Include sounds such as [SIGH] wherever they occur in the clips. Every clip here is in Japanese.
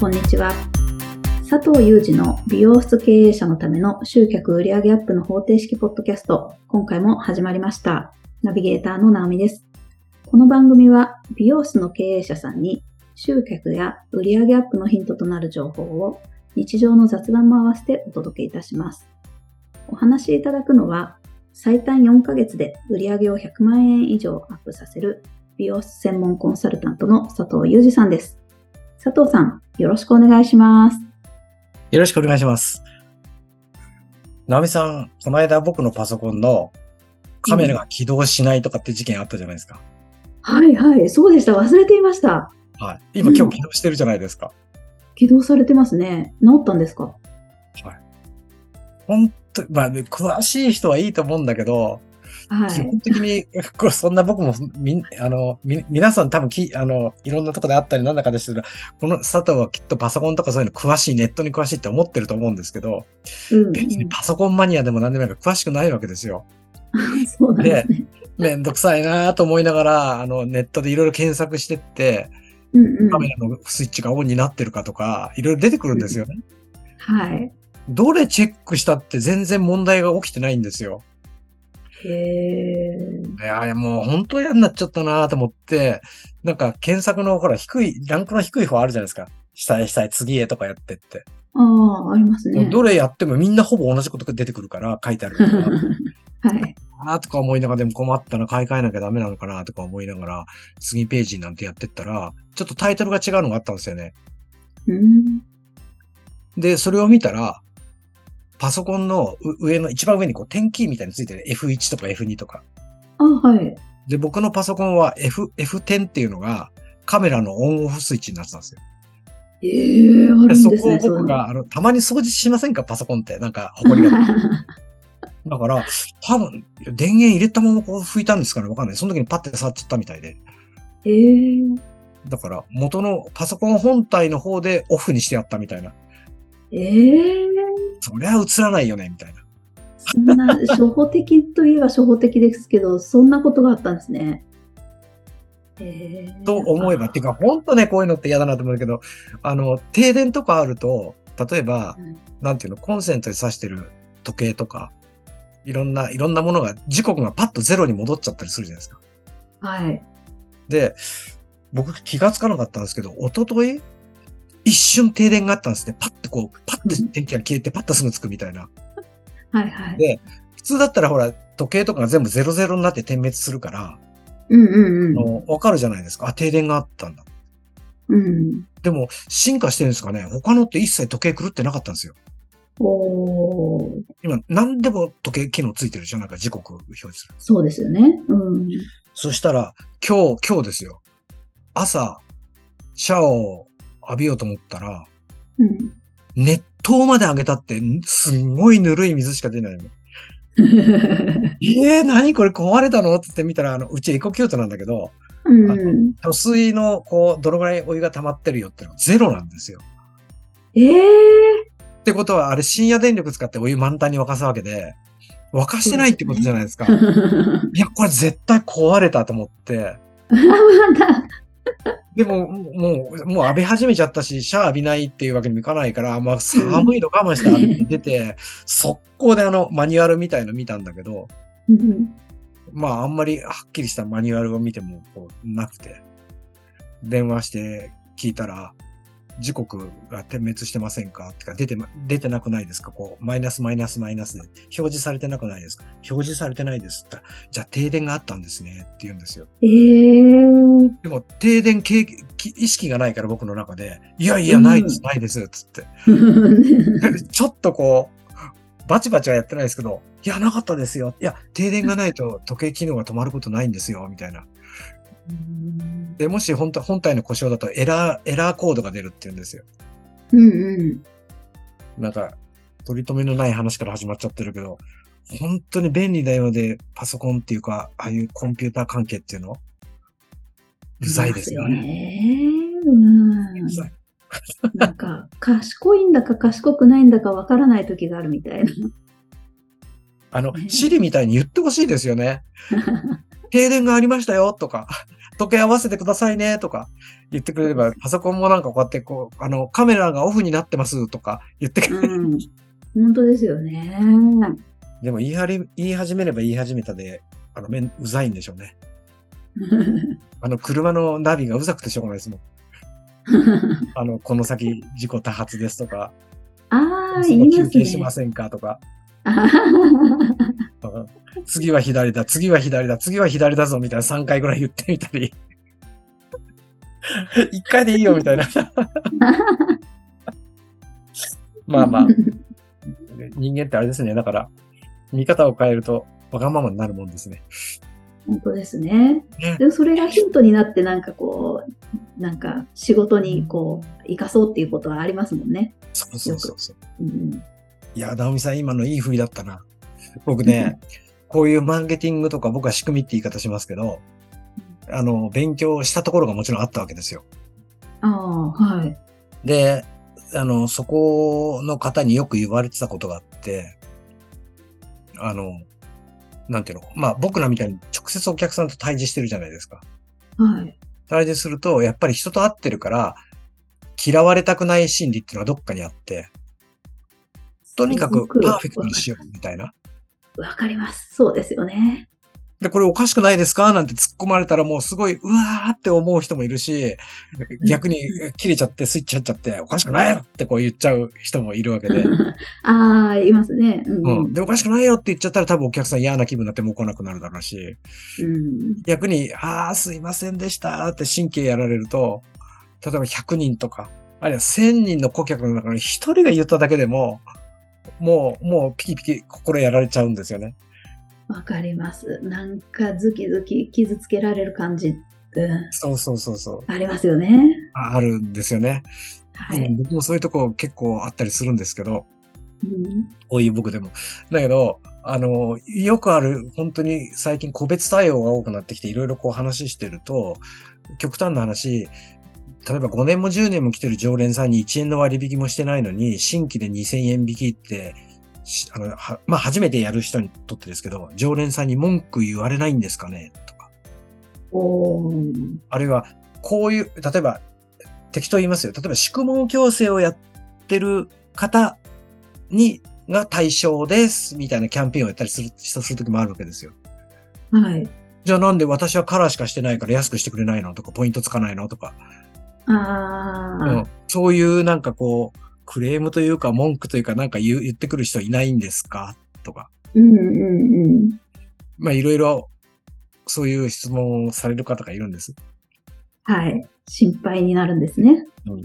こんにちは。佐藤祐二の美容室経営者のための集客売上アップの方程式ポッドキャスト、今回も始まりました。ナビゲーターの直美です。この番組は美容室の経営者さんに集客や売上アップのヒントとなる情報を日常の雑談も合わせてお届けいたします。お話しいただくのは最短4ヶ月で売上を100万円以上アップさせる美容室専門コンサルタントの佐藤裕二さんです。佐藤さん、よろしくお願いします。よろしくお願いします。直美さん、この間僕のパソコンのカメラが起動しないとかって事件あったじゃないですか。うん、はいはい、そうでした。忘れていました。はい。今、うん、今日起動してるじゃないですか。。起動されてますね。治ったんですかはい本当まあ、ね、詳しい人はいいと思うんだけど、はい、基本的に、これそんな僕もみ、あの、み、皆さん多分き、あの、いろんなとこであったりなんだかでしたら、この佐藤はきっとパソコンとかそういうの詳しい、ネットに詳しいって思ってると思うんですけど、うん、別にパソコンマニアでも何でもないから詳しくないわけですよ。そうなんですね。めんどくさいなと思いながら、あの、ネットでいろいろ検索してって、うんうん、カメラのスイッチがオンになってるかとか、いろいろ出てくるんですよね。はい。どれチェックしたって全然問題が起きてないんですよ。へいや、もう本当嫌になっちゃったなと思って、なんか検索のほら低い、ランクの低い方あるじゃないですか。下へ下へ次へとかやってって。ああ、ありますね。どれやってもみんなほぼ同じことが出てくるから、書いてあるから。 [LAUGHS] [LAUGHS] はい。あとか思いながら、でも困ったな、買い替えなきゃダメなのかなとか思いながら、次ページなんてやってったら、ちょっとタイトルが違うのがあったんですよね。うん。で、それを見たら、パソコンの上の、一番上にこう点キーみたいについてる F1 とか F2 とか。あ、はい。で、僕のパソコンは F、F10 っていうのがカメラのオンオフスイッチになってたんですよ。ええー、あるんですね。そこを僕が、あの、たまに掃除しませんかパソコンって。なんか、埃が。 [LAUGHS] だから、多分、電源入れたままこう拭いたんですかねわかんない。その時にパッて触っちゃったみたいで。ええー、だから、元のパソコン本体の方でオフにしてやったみたいな。ええーそりゃ映らないよね、みたいな。そんな、初歩的といえば初歩的ですけど、そんなことがあったんですね。えー、と思えば、っていうか、本当ね、こういうのって嫌だなと思うんだけど、あの、停電とかあると、例えば、うん、なんていうの、コンセントに挿してる時計とか、いろんな、いろんなものが、時刻がパッとゼロに戻っちゃったりするじゃないですか。はい。で、僕気がつかなかったんですけど、おととい一瞬停電があったんですね。パッてこう、パッて電気が消えて、パッとすぐつくみたいな。はいはい。で、普通だったらほら、時計とかが全部00になって点滅するから、うんうんうん。わかるじゃないですか。あ、停電があったんだ。うん。でも、進化してるんですかね。他のって一切時計狂ってなかったんですよ。お今、何でも時計機能ついてるじゃん。なんか時刻表示する。そうですよね。うん。そしたら、今日、今日ですよ。朝、シャワーを浴びようと思ったら、うん、熱湯まで上げたって、すんごいぬるい水しか出ないの。えー、何これ壊れたのって見たら、あの、うちエコキュートなんだけど、うん、貯水の、こう、どのぐらいお湯が溜まってるよってのゼロなんですよ。えー、 [LAUGHS] ってことは、あれ深夜電力使ってお湯満タンに沸かすわけで、沸かしてないってことじゃないですか。すね、いや、これ絶対壊れたと思って。でも、もう、もう浴び始めちゃったし、シャア浴びないっていうわけにもいかないから、まあ寒いの我慢して浴びて出て、 [LAUGHS] 速攻であのマニュアルみたいの見たんだけど、まああんまりはっきりしたマニュアルを見てもこうなくて、電話して聞いたら、時刻が点滅してませんかってか、出て、出てなくないですかこう、マイナスマイナスマイナスで、表示されてなくないですか表示されてないですってじゃあ停電があったんですねって言うんですよ。えー、でも、停電経意識がないから僕の中で、いやいや、ないです、うん、ないです、つって。ちょっとこう、バチバチはやってないですけど、いや、なかったですよ。いや、停電がないと時計機能が止まることないんですよ、みたいな。で、もし本体本体の故障だとエラー、エラーコードが出るって言うんですよ。。うんうんなんか、取り留めのない話から始まっちゃってるけど、本当に便利だようで、パソコンっていうか、ああいうコンピューター関係っていうの、うざいですよね。う、ね、ん。うざい。なんか、賢いんだか賢くないんだかわからない時があるみたいな。 [LAUGHS] あの、シリみたいに言ってほしいですよね。停電がありましたよとか、時計合わせてくださいねとか言ってくれれば、パソコンもなんかこうやってこう、あの、カメラがオフになってますとか言ってくれる。うん。 [LAUGHS] 本当ですよね。でも言い張り、言い始めれば言い始めたで、あの、めん、うざいんでしょうね。あの、車のナビがうざくてしょうがないですもん。あの、この先事故多発ですとか、ああ、そ言のいま休す憩しね [LAUGHS] ま。せんかとか、あーうん次は左だ、次は左だ、次は左だぞみたいな3回ぐらい言ってみたり、1回でいいよみたいな。まあまあ、人間ってあれですね。だから、見方を変えるとわがままになるもんですね。本当ですねね。でもそれがヒントになって、なんかこう、なんか仕事にこう、生かそうっていうことはありますもんね。そうそうそうそう。うん、いや、ナオミさん、今のいい振りだったな。僕ね、こういうマーケティングとか僕は仕組みって言い方しますけど、あの、勉強したところがもちろんあったわけですよ。ああ、はい。で、あの、そこの方によく言われてたことがあって、あの、なんていうのまあ僕らみたいに直接お客さんと対峙してるじゃないですか。はい。対峙すると、やっぱり人と会ってるから、嫌われたくない心理っていうのはどっかにあって、とにかくパーフェクトにしようみたいな。わかります。そうですよね。で、これおかしくないですかなんて突っ込まれたらもうすごい、うわーって思う人もいるし、逆に切れちゃってスイッチ入っちゃって、おかしくないよってこう言っちゃう人もいるわけで。 [LAUGHS] ああ、いますね。うん。ううんん。で、おかしくないよって言っちゃったら多分お客さん嫌な気分になってもう来なくなるだろうし、逆に、ああ、すいませんでしたって神経やられると、例えば100人とか、あるいは1000人の顧客の中に1人が言っただけでも、もう、もうピキピキ心やられちゃうんですよね。わかります。なんかズキズキ傷つけられる感じ、うん、そうそうそうそう。ありますよね。ああるんですよね。はうんい。僕もそういうとこ結構あったりするんですけど、うん、こういう僕でも。だけど、あの、よくある、本当に最近個別対応が多くなってきて、いろいろこう話してると、極端な話、例えば5年も10年も来てる常連さんに1円の割引もしてないのに、新規で2000円引きって、しあの、はまあ、初めてやる人にとってですけど、常連さんに文句言われないんですかねとか。おーあるいは、こういう、例えば、適当言いますよ。例えば、宿問矯正をやってる方に、が対象です、みたいなキャンペーンをやったりする、したするときもあるわけですよ。はい。じゃあなんで私はカラーしかしてないから安くしてくれないのとか、ポイントつかないのとか、ああ、うんそういうなんかこう、クレームというか文句というかなんか言う言ってくる人いないんですかとか、うんうんうん。まあいろいろそういう質問をされる方がいるんです。はい。心配になるんですね。うん、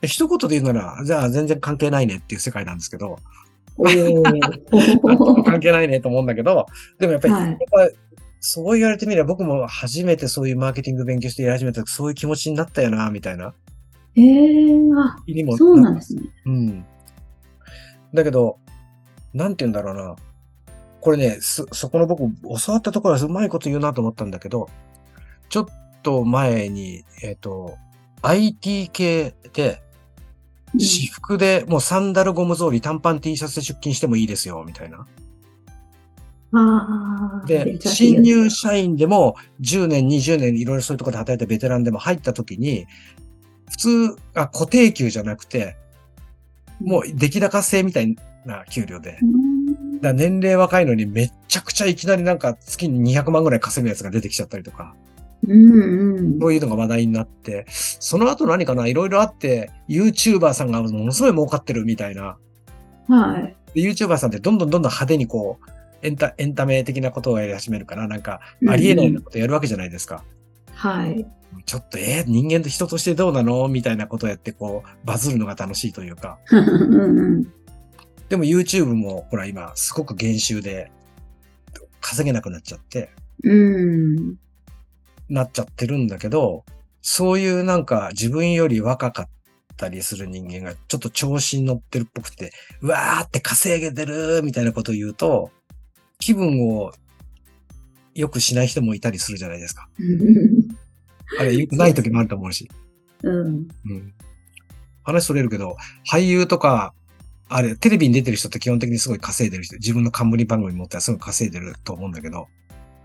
で一言で言うなら、じゃあ全然関係ないねっていう世界なんですけど、お [LAUGHS] ー関係ないねと思うんだけど、でもやっぱり、はいやっぱそう言われてみれば僕も初めてそういうマーケティング勉強してやり始めた時そういう気持ちになったよな、みたいな。えー、あ、にもそうなんですね。うん。だけど、なんて言うんだろうな。これね、そ、そこの僕、教わったところはうまいこと言うなと思ったんだけど、ちょっと前に、えっ、と、IT 系で、うん私服で、もうサンダルゴム草履、短パン T シャツで出勤してもいいですよ、みたいな。ああ、ベでン、チャー企業新入社員でも10年、20年、いろいろそういうところで働いたベテランでも入った時に、普通、あ、固定給じゃなくて、もう出来高制みたいな給料でう、んだから年齢若いのにめちゃくちゃいきなりなんか月に200万ぐらい稼ぐやつが出てきちゃったりとか、うんうん。こういうのが話題になって、その後何かないろいろあって、YouTuber さんがものすごい儲かってるみたいな、はい。で YouTuber さんってどんどんどんどん派手にこう、エンタエンタメ的なことをやり始めるから、なんか、ありえないようなことやるわけじゃないですか。はい。ちょっと、えー人間と人としてどうなのみたいなことをやって、こう、バズるのが楽しいというか。うんうん。でも YouTube も、ほら、今、すごく減収で、稼げなくなっちゃって、うん。なっちゃってるんだけど、そういうなんか自分より若かったりする人間がちょっと調子に乗ってるっぽくて、うわーって稼げてるみたいなことを言うと、気分を良くしない人もいたりするじゃないですか。あれ良くない時もあると思うし。うん。うん。話それるけど、俳優とか、あれ、テレビに出てる人って基本的にすごい稼いでる人、自分の冠番組持ったらすごい稼いでると思うんだけど、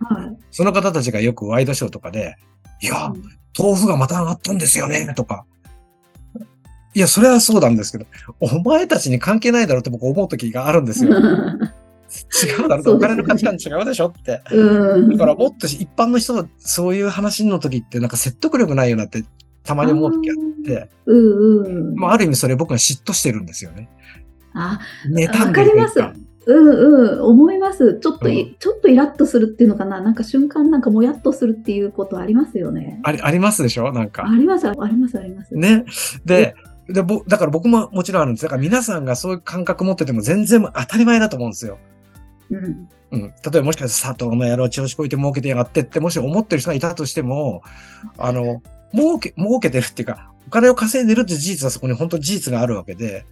はい。その方たちがよくワイドショーとかで、いや、豆腐がまた上がったんですよね、とか。いや、それはそうなんですけど、お前たちに関係ないだろうって僕思う時があるんですよ。 [LAUGHS] 違うだろうと、そうですねお金の価値観違うでしょって。うん。だからもっと一般の人のそういう話の時ってなんか説得力ないよなってたまに思う時あって、うんうん。まあある意味それ僕が嫉妬してるんですよね。あ、妬んでるというわかりうんうん、思います。ちょっとい、うちょっとイラッとするっていうのかな、なんか瞬間なんかもやっとするっていうことありますよね。あり、ありますでしょなんあか。ります、あります、あります。ね。で、で、ぼ、だから僕ももちろんあるんです。だから皆さんがそういう感覚持ってても全然当たり前だと思うんですよ。うん。うん。例えばもしかしたら佐藤の野郎調子こいて儲けてやがってって、もし思ってる人がいたとしても、あの、儲け、儲けてるっていうか、お金を稼いでるって事実はそこに本当事実があるわけで、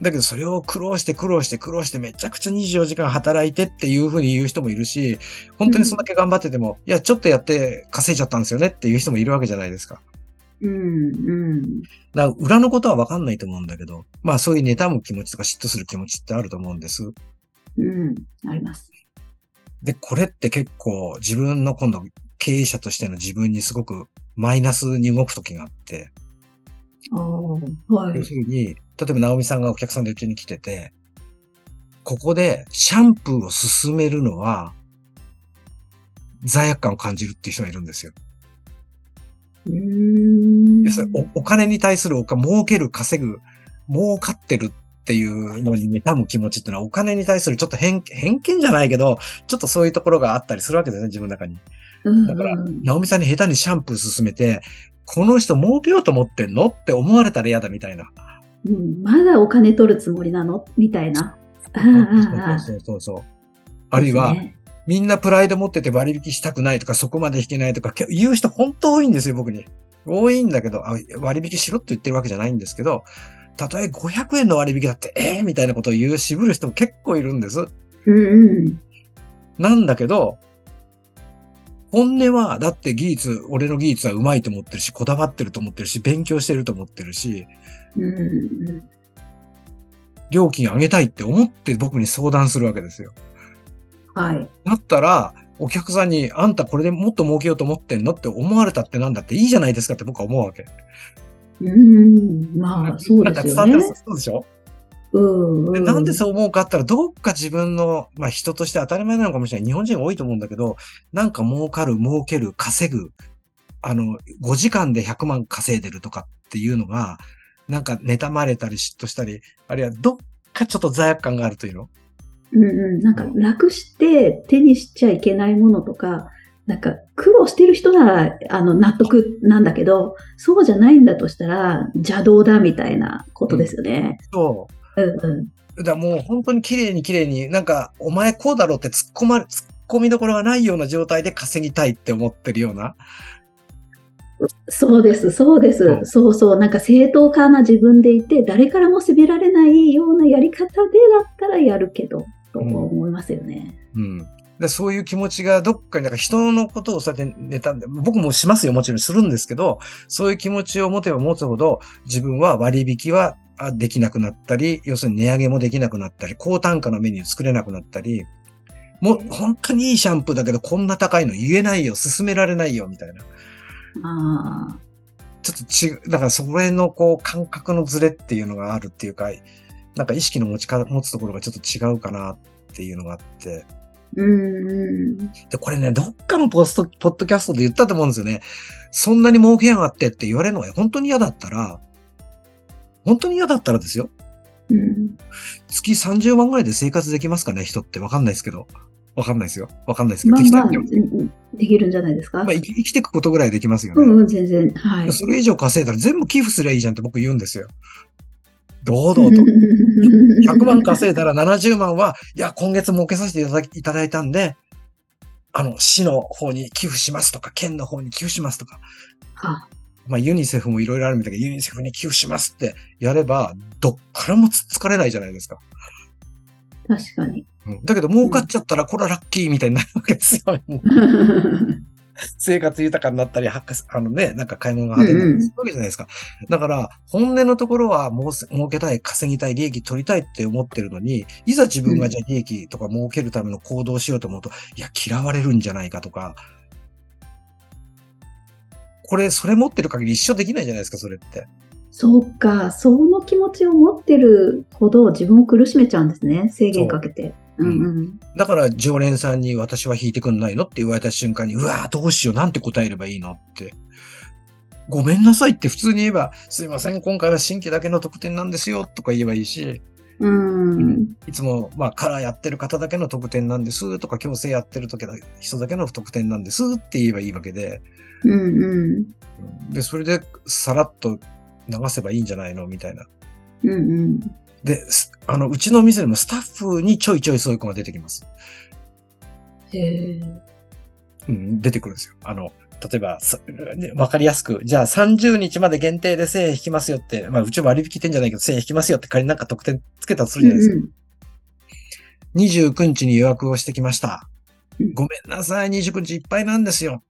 だけどそれを苦労して苦労して苦労してめちゃくちゃ24時間働いてっていうふうに言う人もいるし、本当にそんだけ頑張ってても、いや、ちょっとやって稼いじゃったんですよねっていう人もいるわけじゃないですか。うん、うん。だから裏のことは分かんないと思うんだけど、まあそういう妬む気持ちとか嫉妬する気持ちってあると思うんです。うん、あります。で、これって結構自分の今度経営者としての自分にすごくマイナスに動く時があって、ああ、は要い。するに、例えば直美さんがお客さんでうちに来てて、ここでシャンプーを勧めるのは罪悪感を感じるっていう人がいるんですよ。うーん。要するにおお金に対するお金、儲ける、稼ぐ、儲かってるっていうのに妬む気持ちっていうのはお金に対するちょっと偏偏見じゃないけど、ちょっとそういうところがあったりするわけですね、自分の中に。うんだからうんナオミさんに下手にシャンプー勧めて、この人儲けようと思ってんのって思われたら嫌だみたいな。うん、まだお金取るつもりなのみたいな。ああああああそうそうそう。あるいは、ですねみんなプライド持ってて割引したくないとか、そこまで引けないとか、け言う人本当多いんですよ、僕に。多いんだけど、あ割引しろって言ってるわけじゃないんですけど、たとえ500円の割引だって、ええみたいなことを言う、渋る人も結構いるんです。うんうん。なんだけど、本音は、だって技術、俺の技術はうまいと思ってるし、こだわってると思ってるし、勉強してると思ってるし、うんうん料金上げたいって思って僕に相談するわけですよ。はい。だったら、お客さんに、あんたこれでもっと儲けようと思ってんのって思われたってなんだっていいじゃないですかって僕は思うわけ。うん、まあ、そうですよなんか伝わねって。ますそうでしょ、うんうでん。なんでそう思うかって言ったら、どっか自分の、まあ人として当たり前なのかもしれない。日本人多いと思うんだけど、なんか儲かる、儲ける、稼ぐ、あの、5時間で100万稼いでるとかっていうのが、なんか妬まれたり嫉妬したり、あるいはどっかちょっと罪悪感があるというのうんうん、なんか楽して手にしちゃいけないものとか、なんか苦労してる人ならあの納得なんだけど、そうじゃないんだとしたら邪道だみたいなことですよね。そう。うんうだからもう本当に綺麗に綺麗に、なんか、お前こうだろうって突っ込まれ、突っ込みどころがないような状態で稼ぎたいって思ってるような。ん。そうです、そうでうす。んそうそう。なんか正当化な自分でいて、誰からも責められないようなやり方でだったらやるけど、と思いますよね。うん。でそういう気持ちがどっかに、なんか人のことをそうやってネタで、僕もしますよ、もちろんするんですけど、そういう気持ちを持てば持つほど、自分は割引はあできなくなったり、要するに値上げもできなくなったり、高単価のメニュー作れなくなったり、もう本当にいいシャンプーだけどこんな高いの言えないよ、勧められないよ、みたいな。ああ。ちょっと違う、だからそれのこう感覚のズレっていうのがあるっていうか、なんか意識の持ちか、持つところがちょっと違うかなっていうのがあって。うんうん。で、これね、どっかのポスト、ポッドキャストで言ったと思うんですよね。そんなに儲けやがってって言われるのが本当に嫌だったら、本当に嫌だったらですよ。うん。月30万ぐらいで生活できますかね人ってわかんないですけど。わかんないですよ。わかんないですけど。まあ適当まにあ、言うっんてうんできるんじゃないですかもまあ、生き生きていくことぐらいできますよね。うんうん、全然。はい。それ以上稼いだら全部寄付すりゃいいじゃんって僕言うんですよ。堂 [LAUGHS] 々と。100 100万稼いだら70万は、いや、今月儲けさせていただきいただいたんで、あの、市の方に寄付しますとか、県の方に寄付しますとか、あまあ、ユニセフもいろいろあるみたいで、ユニセフに寄付しますってやれば、どっからもつっつかれないじゃないですか。確かに。 [LAUGHS] うんだけど、儲かっちゃったら、これはラッキーみたいになるわけですよ。もう生活豊かになったり、はあのね、なんか買い物が派手になったりするわけじゃないですか。だから、本音のところは儲せ儲けたい、稼ぎたい、利益取りたいって思ってるのに、いざ自分がじゃあ利益とか儲けるための行動をしようと思うと、いや、嫌われるんじゃないかとか、これ、それ持ってる限り一生できないじゃないですか、それって。そうか、その気持ちを持ってるほど自分を苦しめちゃうんですね、制限かけて。ううんんうん。だから、常連さんに私は弾いてくんないのって言われた瞬間に、うわーどうしよう、なんて答えればいいのって。ごめんなさいって普通に言えば、すいません、今回は新規だけの特典なんですよ、とか言えばいいし、うん。いつも、まあ、カラーやってる方だけの特典なんです、とか、強制やってる時だ人だけの特典なんですって言えばいいわけで、うんうん。で、それで、さらっと流せばいいんじゃないのみたいな。うんうん。で、すあの、うちの店でもスタッフにちょいちょいそういう子が出てきます。へえ。うん、出てくるんですよ。あの、例えば、さねわかりやすく、じゃあ30日まで限定で1000円引きますよって、まあ、うちも割引店じゃないけど1000円引きますよって仮になんか特典つけたとするじゃないですか。29日に予約をしてきましたうん。ごめんなさい、29日いっぱいなんですよ。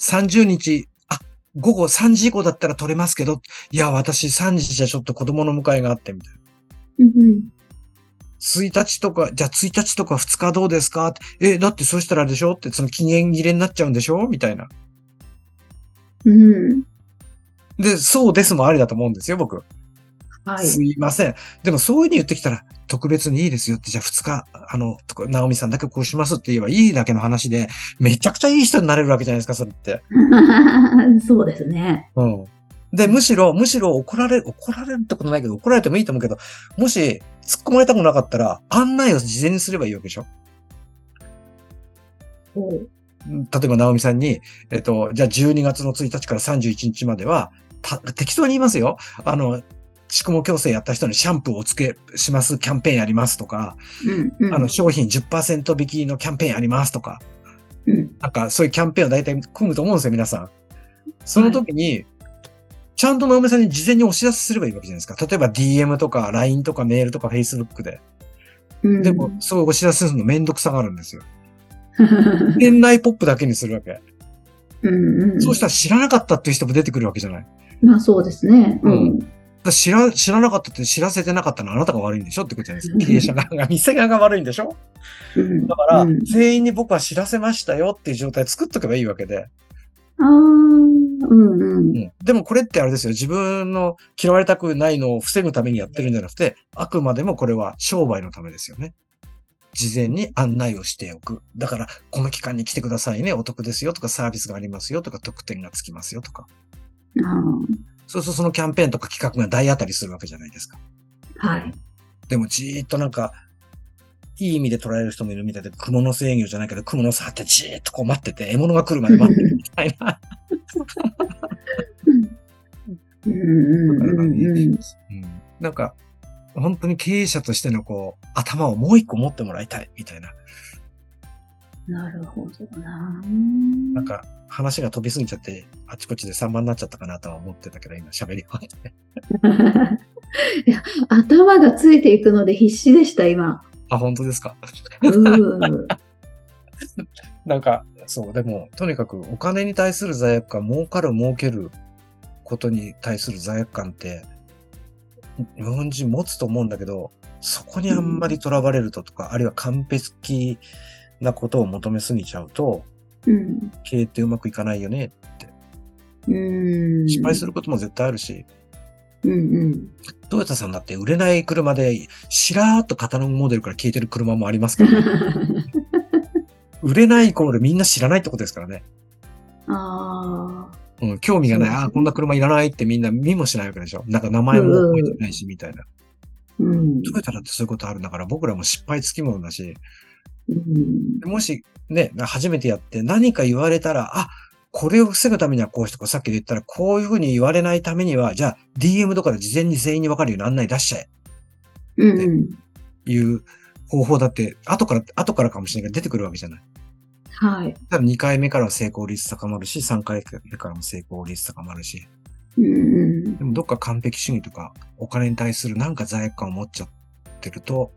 30日、あ、午後3時以降だったら取れますけど、いや、私3時じゃちょっと子供の迎えがあって、みたいな。うんうん。 1日とか、じゃあ1日とか2日どうですかってえ、だってそしたらでしょって、その期限切れになっちゃうんでしょみたいな。うん。で、そうですもありだと思うんですよ、僕。はい。すいません。でもそういうふうに言ってきたら、特別にいいですよって、じゃあ2日、あの、とか、ナオミさんだけこうしますって言えばいいだけの話で、めちゃくちゃいい人になれるわけじゃないですか、それって。そうですね。うん。で、むしろ、むしろ怒られる、怒られるってことないけど、怒られてもいいと思うけど、もし、突っ込まれたくなかったら、案内を事前にすればいいわけでしょほう例えば、直美さんに、えっと、じゃあ12月の1日から31日までは、た適当に言いますよ。あの、宿毛矯正やった人にシャンプーをつけ、します、キャンペーンやりますとか、うんうん。あの、商品10%引きのキャンペーンやりますとか、うん。なんかそういうキャンペーンを大体組むと思うんですよ、皆さん。その時に、ちゃんと直美さんに事前にお知らせすればいいわけじゃないですか。例えば DM とか LINE とかメールとか Facebook で。うんでも、そういうお知らせするのめんどくさがあるんですよ。うん店内ポップだけにするわけ。 [LAUGHS] うん。そうしたら知らなかったっていう人も出てくるわけじゃない。まあそうですね。ううんん。だから知ら、知らなかったって知らせてなかったのはあなたが悪いんでしょってことじゃないですうんか。経営者側が、店側が悪いんでしょうんだから、うん全員に僕は知らせましたよっていう状態作っとけばいいわけで。ああ、うんうん。でもこれってあれですよ。自分の嫌われたくないのを防ぐためにやってるんじゃなくて、あくまでもこれは商売のためですよね。事前に案内をしておく。だから、この期間に来てくださいね。お得ですよとか、サービスがありますよとか、特典がつきますよとか。あそうするとそのキャンペーンとか企画が大当たりするわけじゃないですか。あはい。でもじーっとなんか、いい意味で捉える人もいるみたいで、蜘蛛の制御じゃないけど、蜘蛛のさってじーっとこう待ってて、獲物が来るまで待ってるみたいな。うんうんなかなうかんうんねうんなんか、本当に経営者としてのこう、頭をもう一個持ってもらいたいみたいな。なるほどな。なんか、話が飛びすぎちゃって、あちこちで散漫になっちゃったかなとは思ってたけど、今喋り終わって。いや頭がついていくので必死でした、今。あ、本当ですか。うーなんか、そう、でも、とにかくお金に対する罪悪感、儲かる儲けることに対する罪悪感って、日本人持つと思うんだけど、そこにあんまりとらわれるととか、あるいは完璧なことを求めすぎちゃうと、うん。経営ってうまくいかないよね。うん。失敗することも絶対あるし、うんうん。トヨタさんだって売れない車で、しらーっと型のモデルから消えてる車もありますから、ね、 [LAUGHS] 売れないイコールみんな知らないってことですからね。ああ。うん、興味がない。そうですねああ、こんな車いらないってみんな見もしないわけでしょ。なんか名前も覚えてないし、みたいな。うん。トヨタだってそういうことあるんだから、僕らも失敗つきものだし、うんもしね、初めてやって何か言われたら、あ、これを防ぐためにはこうしとか、さっきで言ったら、こういうふうに言われないためには、じゃあ DM とかで事前に全員に分かるように案内出しちゃえ、うんうん。いう方法だって、後から、後からかもしれないけど出てくるわけじゃない。はい。ただ2回目からは成功率高まるし、3回目からも成功率高まるし、うんうんでもどっか完璧主義とかお金に対するなんか罪悪感を持っちゃってると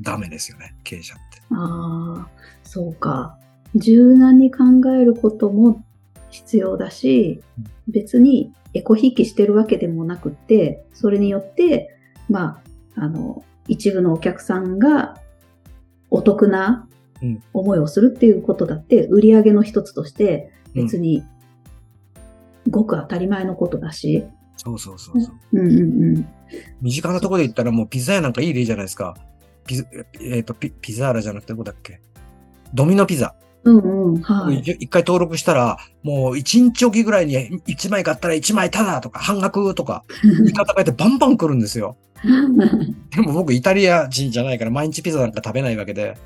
ダメですよね、経営者って。ああ、そうか。柔軟に考えることも必要だし、別にエコひいきしてるわけでもなくって、それによって、まあ、あの、一部のお客さんがお得なうん思いをするっていうことだって、売り上げの一つとして、うん別にごく当たり前のことだし。そうそうそうそう。うんうんうん。身近なところで言ったらもうピザ屋なんかいい例じゃないですか。ピザ、えっ、とピ、ピザーラじゃなくてどこだっけドミノピザ。うんうん。はい。一一回登録したら、もう一日おきぐらいに一枚買ったら一枚タダとか半額と [LAUGHS] か、言い方変えてバンバン来るんですよ。でも僕イタリア人じゃないから毎日ピザなんか食べないわけで、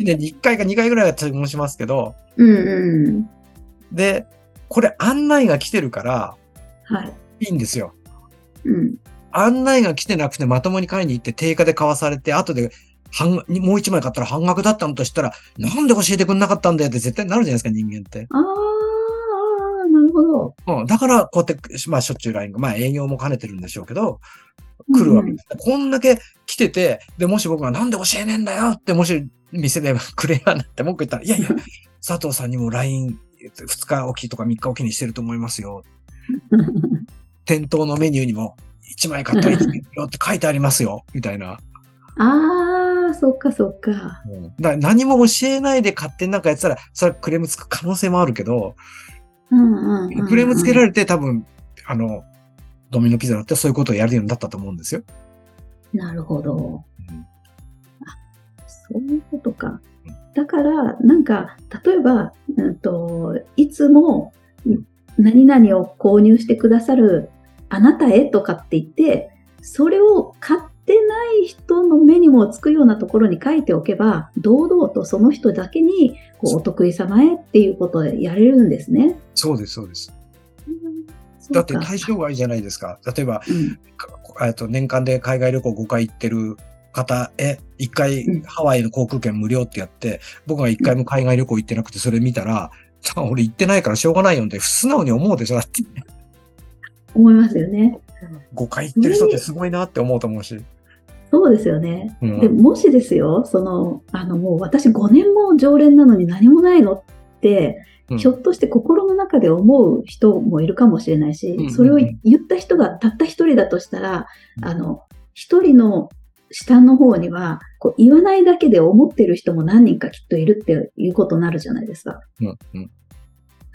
で、1回か2回ぐらいは注文しますけど、 [LAUGHS] うんうん。で、これ案内が来てるからはい。いいんですよ。うん。案内が来てなくてまともに買いに行って定価で買わされて、後で半額、もう一枚買ったら半額だったのとしたら、なんで教えてくんなかったんだよって絶対なるじゃないですか、人間って。ああ、なるほ [LAUGHS] ど。うん。だから、こうやって、まあ、しょっちゅう LINE が、まあ、営業も兼ねてるんでしょうけど、来るわけです。こんだけ来てて、で、もし僕がなんで教えねえんだよって、もし店で [LAUGHS] クレーマーになって文句言ったら、いやいや、佐藤さんにも LINE、2日おきとか3日おきにしてると思いますよ。うん店頭のメニューにも、1枚買ったら1枚よって書いてありますよ、みたいな。ああ、そっかそっか。だから何も教えないで勝手になんかやってたら、それはクレームつく可能性もあるけど、うんうんうんうん。クレームつけられて多分、あの、ドミノピザだってそういうことをやるようになったと思うんですよ。なるほど。うんあそういうことか。だから、なんか、例えば、うんと、いつも、ん何々を購入してくださるあなたへとかって言って、それを買ってない人の目にもつくようなところに書いておけば、堂々とその人だけに、こうお得意様へっていうことでやれるんですね。そうです、そうです。うんだってそうか対象外じゃないですか。例えば、うんかえっと年間で海外旅行5回行ってる方へ、1うん回ハワイの航空券無料ってやって、僕が1回も海外旅行行ってなくてそれ見たら、俺行ってないからしょうがないよって素直に思うでしょ。だって思いますよね。 5回行ってる人ってすごいなって思うと思うし。そうですよね。うんでもしですよ、その、あのもう私5年も常連なのに何もないのって、うんひょっとして心の中で思う人もいるかもしれないし、んうんうんそれを言った人がたった一人だとしたら、うんあの、一人の下の方には、こう言わないだけで思ってる人も何人かきっといるっていうことになるじゃないですか。うんうん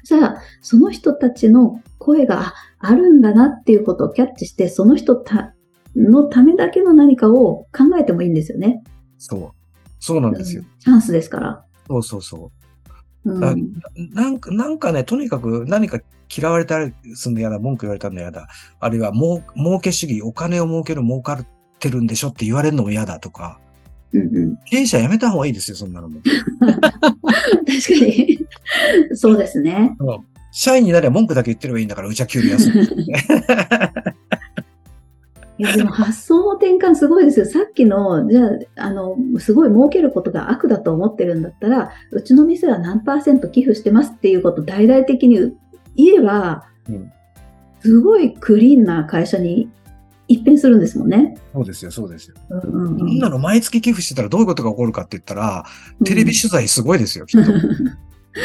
じゃあ、その人たちの声がああるんだなっていうことをキャッチして、その人たのためだけの何かを考えてもいいんですよね。そう。そうなんですよ。うんチャンスですから。そうそうそうあん、なんか。なんかね、とにかく何か嫌われたりすんのやだ、文句言われたのやだ、あるいは儲儲け主義、お金を儲ける、儲かってるんでしょって言われるのも嫌だとか、うんうん、経営者やめた方がいいですよ、そんなのも。確かに [LAUGHS] そうですね。社員になれば文句だけ言ってればいいんだから、うちは給料安い。いやでも発想の転換すごいですよ。さっきの、じゃあ、あの、すごい儲けることが悪だと思ってるんだったら、うちの店は何パーセント寄付してますっていうことを大々的に言えば、うんすごいクリーンな会社に一変するんですもんね。そうですよ、そうですよ。うんうんそんなの毎月寄付してたらどういうことが起こるかって言ったら、うんテレビ取材すごいですよ、[LAUGHS] きっと。い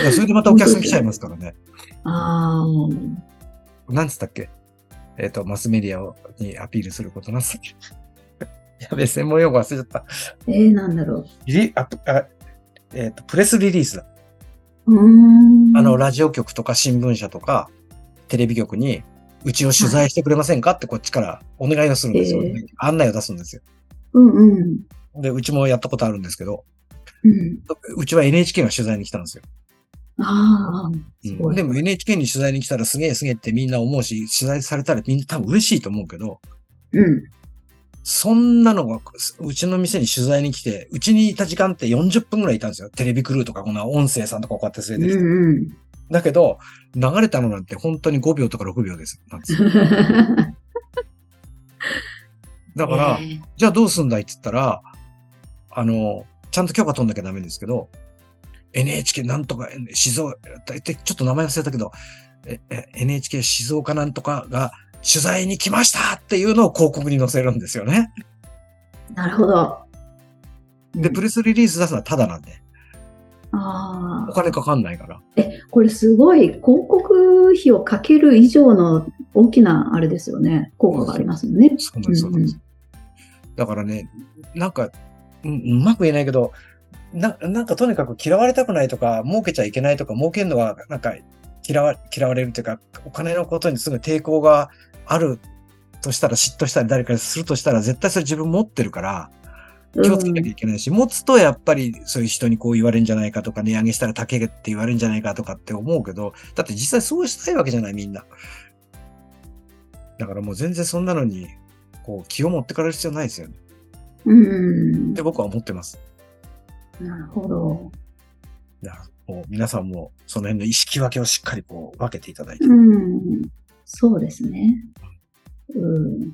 やそれでまたお客さん来ちゃいますからね。あなんつったっけえっ、と、マスメディアにアピールすることなんつったっけ [LAUGHS] やべえ、専門用語忘れちゃった。ーえー、なんだろリリああえっ、と、プレスリリースだ。う。うーん。あの、ラジオ局とか新聞社とか、テレビ局に、うちを取材してくれませんかってこっちからお願いをするんですよ。ええ案内を出すんですよ。うんうん。で、うちもやったことあるんですけど、うん。うちは NHK が取材に来たんですよ。ああ。うんすごいでも NHK に取材に来たらすげえすげえってみんな思うし、取材されたらみんな多分嬉しいと思うけど、うん。そんなのが、うちの店に取材に来て、うちにいた時間って40分ぐらいいたんですよ。テレビクルーとか、こんな音声さんとかこうやってう連れんてきて。うん。だけど、流れたのなんて本当に5秒とか6秒です。な [LAUGHS] んですよだから、えーじゃあどうすんだいって言ったら、あの、ちゃんと許可取んなきゃダメですけど、NHK なんとか、え静岡、えちょっと名前忘れたけど、ええ NHK 静岡なんとかが取材に来ましたっていうのを広告に載せるんですよね。なるほど。で、うんプレスリリース出すのはただなんで、あおあ。金かかんないから。これすごい、広告費をかける以上の大きな、あれですよね。効果がありますよね。そうなんです、そうなんです。だからね、なんか、うんうまく言えないけど、ななんかとにかく嫌われたくないとか、儲けちゃいけないとか、儲けるのはなんか嫌わ嫌われるというか、お金のことにすぐ抵抗があるとしたら、嫉妬したり誰かにするとしたら、絶対それ自分持ってるから、気をつけなきゃいけないし、持つとやっぱりそういう人にこう言われるんじゃないかとか、値上げしたら高えって言われるんじゃないかとかって思うけど、だって実際そうしたいわけじゃないみんな。だからもう全然そんなのに、こう気を持ってかれる必要ないですよね。うん。うんって僕は思ってます。なるほど。だからこう皆さんもその辺の意識分けをしっかりこう分けていただいて、うん。そうですね。うん。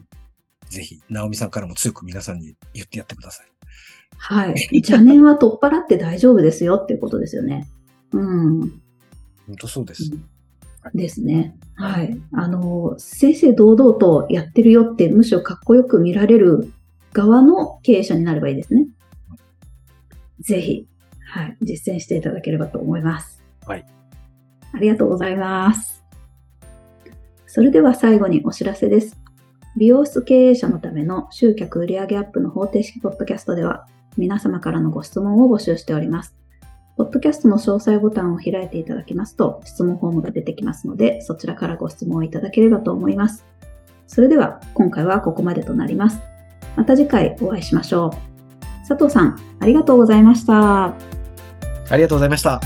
ぜひ、ナオミさんからも強く皆さんに言ってやってください。 [LAUGHS] はい。邪念は取っ払って大丈夫ですよっていうことですよね。うん。本当そうです。ですね。はい。あの、正々堂々とやってるよって、むしろかっこよく見られる側の経営者になればいいですね。ぜひ、はい、実践していただければと思います。はい。ありがとうございます。それでは最後にお知らせです。美容室経営者のための集客売上アップの方程式ポッドキャストでは、皆様からのご質問を募集しております。ポッドキャストの詳細ボタンを開いていただきますと、質問フォームが出てきますので、そちらからご質問をいただければと思います。それでは、今回はここまでとなります。また次回お会いしましょう。佐藤さん、ありがとうございました。ありがとうございました。